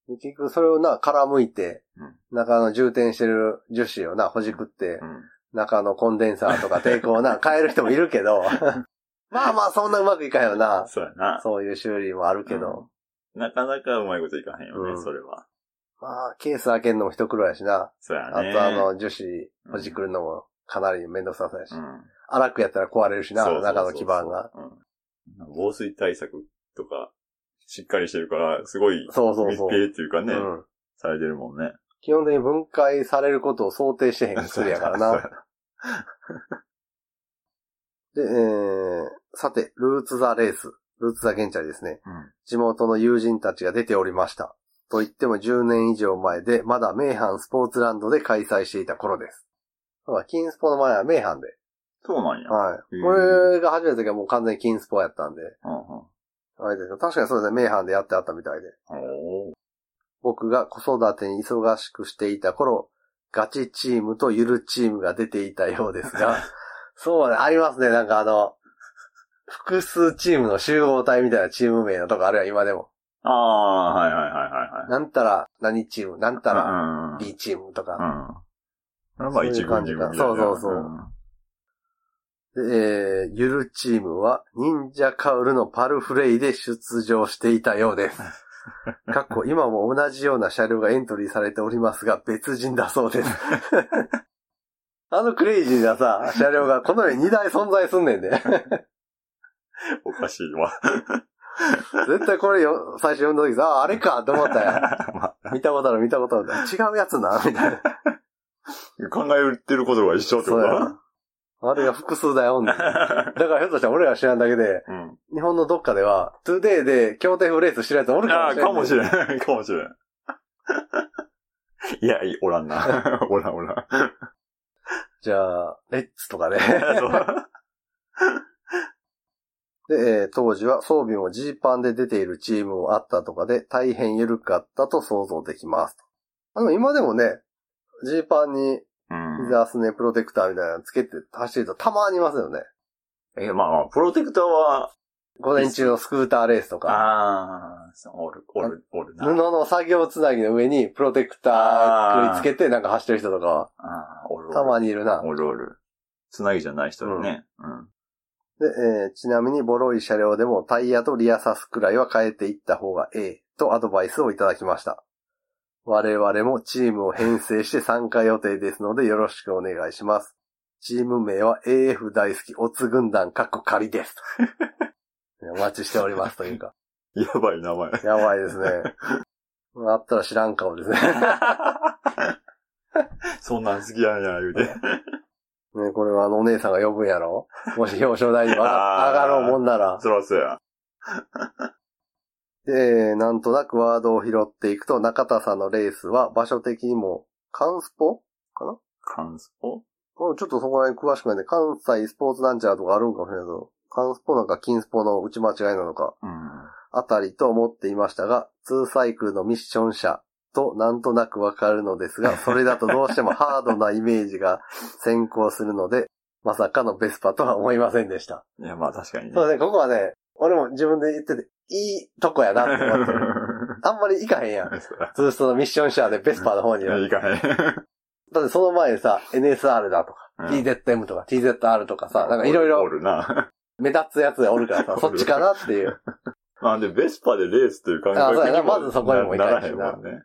Speaker 1: 結局それをな、殻むいて
Speaker 2: うん、
Speaker 1: 中の充填してる樹脂をな、ほじくって
Speaker 2: う、ん。
Speaker 1: 中のコンデンサーとか抵抗を な、変える人もいるけど、まあまあそんなうまくいかへんよな。
Speaker 2: そうやな。
Speaker 1: そういう修理もあるけど、
Speaker 2: なかなかうまいこといかへんよね、
Speaker 1: うん
Speaker 2: それは。
Speaker 1: まあケース開けるのも一苦労やしな。
Speaker 2: そうや
Speaker 1: あ
Speaker 2: ね。
Speaker 1: とあの樹脂ほじくるのもかなり面倒くさそうやし
Speaker 2: う。ん。
Speaker 1: 荒くやったら壊れるしな、
Speaker 2: そうそうそう
Speaker 1: 中の基板が。。
Speaker 2: うん。防水対策とか、しっかりしてるから、すごい、
Speaker 1: そうそうそう。
Speaker 2: 密閉っていうかね、
Speaker 1: うん
Speaker 2: されてるもんね。
Speaker 1: 基本的に分解されることを想定してへん作りやから な。で、えー、さて、ルーツザレース、ルーツザ現地ですね。
Speaker 2: うん
Speaker 1: 地元の友人たちが出ておりました。と言っても10年以上前で、まだ名阪スポーツランドで開催していた頃です。そうだ、金スポの前は名阪で。
Speaker 2: そうなんや。
Speaker 1: はい。
Speaker 2: へー
Speaker 1: これが初めてがもう完全に金スポやったんで、
Speaker 2: うんうん
Speaker 1: あれですよ確かにそうですね、名阪でやってあったみたいで。
Speaker 2: おー
Speaker 1: 僕が子育てに忙しくしていた頃、ガチチームとゆるチームが出ていたようですが、 そうね、ありますね、なんかあの、複数チームの集合体みたいなチーム名のとこあるやん、今でも。
Speaker 2: ああ、はいはいはいはいはい。
Speaker 1: なんたら何チーム、なんたら
Speaker 2: ら
Speaker 1: B チームと
Speaker 2: う
Speaker 1: か。
Speaker 2: ん。うん。まあ、一軍二軍みたい
Speaker 1: そ
Speaker 2: な
Speaker 1: うそうそうでえーゆるチームは、忍者カウルのパルフレイで出場していたようです。かっ こ今も同じような車両がエントリーされておりますが、別人だそう です。あのクレイジーなさ、車両がこの世に2台存在すんねんで、
Speaker 2: うんおかしいわ。
Speaker 1: 絶対これよ、最初読んだ時さ、ああれかと思ったやん。
Speaker 2: ま
Speaker 1: 見たことある見たことある。違うやつなみたいな。
Speaker 2: あ考えてることが一緒って
Speaker 1: そ
Speaker 2: こ
Speaker 1: う
Speaker 2: と
Speaker 1: や
Speaker 2: だ
Speaker 1: な。あれが複数だよ、ね。だからひょっとしたら俺ら知らんだけで、
Speaker 2: うん。
Speaker 1: 日本のどっかでは、トゥデイで協定フレーズ知らんやつおる
Speaker 2: ああ、
Speaker 1: か
Speaker 2: か
Speaker 1: も
Speaker 2: も
Speaker 1: し
Speaker 2: し
Speaker 1: れん、
Speaker 2: れ ん。かもしれん。いや、いおらんな。 おらんお らん。
Speaker 1: じゃあ、レッツとかね。
Speaker 2: そう
Speaker 1: で、えー当時は装備もジーパンで出ているチームもあったとかで、大変緩かったと想像できます。あでも今でもね、ジーパンに
Speaker 2: うん。
Speaker 1: 膝すねプロテクターみたいなのつけて走るとたまにいますよね。
Speaker 2: え、まあまあ、プロテクターは、
Speaker 1: 午前中のスクーターレースとか、
Speaker 2: ああ、そうおる、おる、おるな。
Speaker 1: 布の作業つなぎの上にプロテクター食いつけてなんか走ってる人とか
Speaker 2: ああ、おるおる。
Speaker 1: たまにいるな。
Speaker 2: おるおる。つなぎじゃない人だね。うん。
Speaker 1: で、えーちなみにボロい車両でもタイヤとリアサスくらいは変えていった方がええとアドバイスをいただきました。我々もチームを編成して参加予定ですのでよろしくお願いします。チーム名は AF 大好きオツ軍団かっこ仮 です。お待ちしておりますというか。
Speaker 2: やばい名前。
Speaker 1: やばいですね。あったら知らん顔ですね。
Speaker 2: そんなん好きやんや、言うて。
Speaker 1: ねこれはあのお姉さんが呼ぶんやろもし表彰台に上が
Speaker 2: あー
Speaker 1: 上がろうもんなら。
Speaker 2: そらそうや。
Speaker 1: で、なんとなくワードを拾っていくと、中田さんのレースは場所的にも、関スポ
Speaker 2: 関想
Speaker 1: うんちょっとそこら辺詳しくないんで、関西スポーツなんちゃらとかあるんかもしれないけど、関スポなんか金スポの打ち間違いなのか、
Speaker 2: うん。
Speaker 1: あたりと思っていましたが、2サイクルのミッション車となんとなくわかるのですが、それだとどうしてもハードなイメージが先行するので、まさかのベスパとは思いませんでした。
Speaker 2: いや、まあ確かにね
Speaker 1: そう。ね、ここはね、俺も自分で言ってて、いいとこやな って思ってる。あんまり行かへんやん。
Speaker 2: そうや
Speaker 1: ツーストのミッションシャアでベスパーの方に
Speaker 2: い
Speaker 1: は
Speaker 2: や、いかへん。
Speaker 1: だってその前にさ、NSR だとか、
Speaker 2: うん
Speaker 1: TZM とか TZR とかさ、なんかいろい
Speaker 2: お
Speaker 1: ろ
Speaker 2: るな。
Speaker 1: 目立つやつがおるから さ、
Speaker 2: おる
Speaker 1: そっちかなって いう。
Speaker 2: まあで、ベスパでレースという感
Speaker 1: あそう
Speaker 2: 覚
Speaker 1: や
Speaker 2: に
Speaker 1: なま
Speaker 2: も
Speaker 1: ずそこにもい
Speaker 2: な
Speaker 1: ない
Speaker 2: らへ
Speaker 1: し
Speaker 2: ん
Speaker 1: な
Speaker 2: もんね。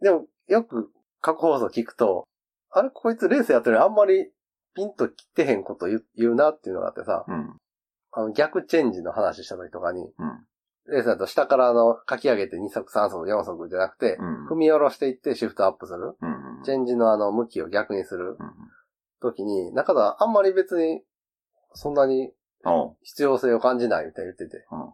Speaker 1: でも、よく過去放送聞くと、あれ、こいつレースやってるのにあんまりピンと来てへんこと言う言うなっていうのがあってさ、
Speaker 2: うん。
Speaker 1: あの逆チェンジの話した時とかに、
Speaker 2: うん
Speaker 1: レースだと下からあの、かき上げて2足3足4足じゃなくて、
Speaker 2: うん。
Speaker 1: 踏み下ろしていってシフトアップする。
Speaker 2: うん。
Speaker 1: チェンジのあの、向きを逆にする
Speaker 2: うん。
Speaker 1: 時に、中田はあんまり別に、そんなに
Speaker 2: おう
Speaker 1: 必要性を感じないみたいに言ってて。
Speaker 2: うん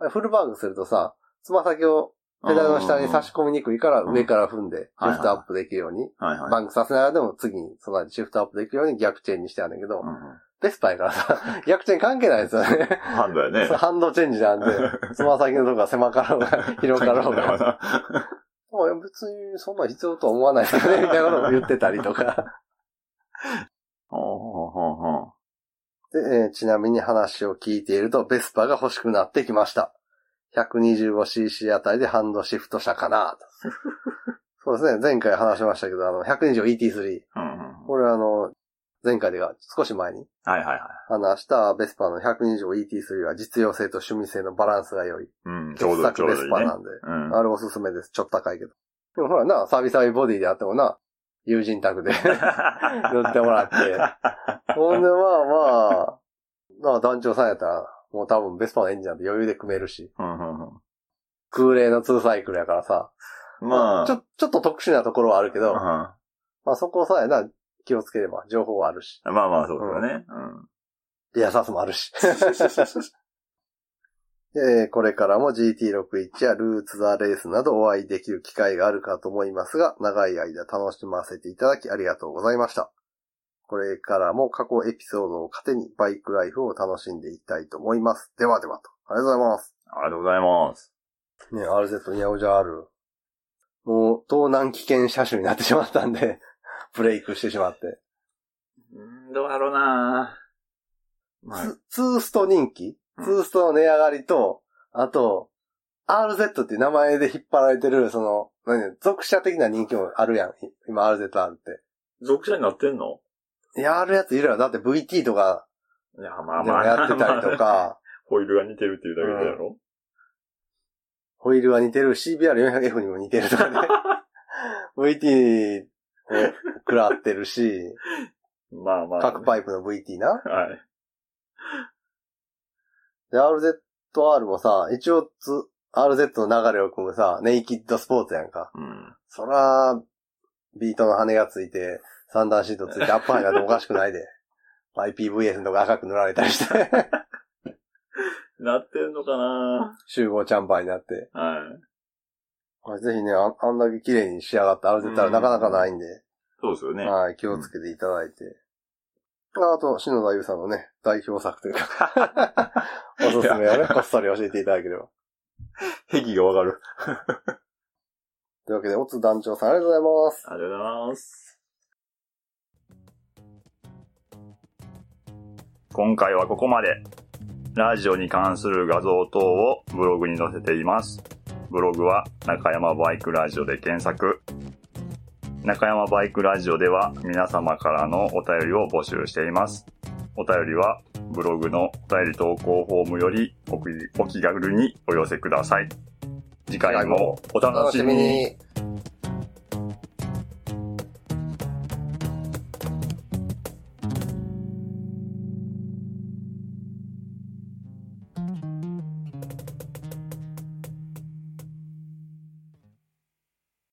Speaker 1: あれフルバーグするとさ、つま先をペダルの下に差し込みにくいから
Speaker 2: うん
Speaker 1: 上から踏んでシ
Speaker 2: はいはい
Speaker 1: フトアップできるように、
Speaker 2: はいはい。
Speaker 1: バンクさせながらでも次にそのシフトアップできるように逆チェンジしてあるんだけど、
Speaker 2: うん
Speaker 1: ベスパやからさ、逆チェン関係ないですよね。
Speaker 2: ハンドや ね
Speaker 1: そう。ハンドチェンジなんで、つま先のとこが狭かろ うが、広かろうが。まあ別にそんな必要とは思わないですよね、みたいなことも言ってたりとか。
Speaker 2: ほうほうほうほう
Speaker 1: で、えーちなみに話を聞いていると、ベスパが欲しくなってきました。125cc あたりでハンドシフト車か なと。そうですね、前回話しましたけど、あの、120ET3。
Speaker 2: うんうん
Speaker 1: これはあの、前回では少し前に
Speaker 2: はいはいはい。
Speaker 1: 話したベスパの 125ET3 は実用性と趣味性のバランスが良い。
Speaker 2: うん、ちょう
Speaker 1: 傑
Speaker 2: ど、ちょ
Speaker 1: 作ベ
Speaker 2: うどい
Speaker 1: ス
Speaker 2: い
Speaker 1: パ
Speaker 2: ね
Speaker 1: な。んで、
Speaker 2: うん。
Speaker 1: あれお すすめです。ちょっと高いけど。でもほらな、サビサビボディであってもな、友人宅 で乗ってもらって。ほんで、まあまあ、まあ団長さんやったら、もう多分ベスパのエンジンなんて余裕で組めるし、
Speaker 2: うんうんうん
Speaker 1: 空冷の2サイクルやからさ、
Speaker 2: まあ、
Speaker 1: ちょ、ちょっと特殊なところはあるけど、
Speaker 2: う
Speaker 1: まあそこさえな、気をつければ、情報はあるし、
Speaker 2: んまあまあ、そうだね。うん。
Speaker 1: リアサスもあるし。 えーこれからも GT61 やルーツ・ザ・レースなどお会いできる機会があるかと思いますが、長い間楽しませていただきありがとうございました。これからも過去エピソードを糧にバイクライフを楽しんでいきたいと思います。ではではと。ありがとうございます。
Speaker 2: ありがとうございます。
Speaker 1: ね、RZ240R。もう、盗難危険車種になってしまったんで、ブレイクしてしまって。
Speaker 2: うんどうやろうなまあ、
Speaker 1: ツツースト人気
Speaker 2: うん
Speaker 1: ツーストの値上がりと、あと、RZ っていう名前で引っ張られてる、その、何属者的な人気もあるやん。い今 RZR って。
Speaker 2: 属者になってんの
Speaker 1: いや、あるやついるよ。だって VT とか
Speaker 2: いや、ま
Speaker 1: で
Speaker 2: あま
Speaker 1: も
Speaker 2: あ。
Speaker 1: やってたりと。か、
Speaker 2: ホイールが似てるっていうだけだろ
Speaker 1: ホイールは似てる、CBR400F にも似てると かね。VT を食らってるし、
Speaker 2: まあまあ。
Speaker 1: 各パイプの VT な。
Speaker 2: はい。
Speaker 1: で、RZR もさ、一応つ、RZ の流れを組むさ、ネイキッドスポーツやんか。
Speaker 2: うん。
Speaker 1: そら、ビートの羽がついて、三段シートついてアップハイなんておかしくないで。 YPVS のとこ赤く塗られたりして、
Speaker 2: なってんのかな
Speaker 1: 集合チャンバーになって。
Speaker 2: はい。
Speaker 1: まあぜひねあ、あんだけ綺麗に仕上がって歩いてたら
Speaker 2: うん
Speaker 1: なかなかないんで、
Speaker 2: そうですよね。
Speaker 1: はい、気をつけていただいて。あと、篠田優さんのね、代表作という か、おすすめをね、こっそり教えていただければ。
Speaker 2: 壁がわかる。
Speaker 1: というわけで、オツ団長さんありがとうございます。
Speaker 2: ありがとうございます。今回はここまで。ラジオに関する画像等をブログに載せています。ブログは中山バイクラジオで検索。中山バイクラジオでは皆様からのお便りを募集しています。お便りはブログのお便り投稿フォームよりお気お気軽にお寄せください。次回もお楽しみに。。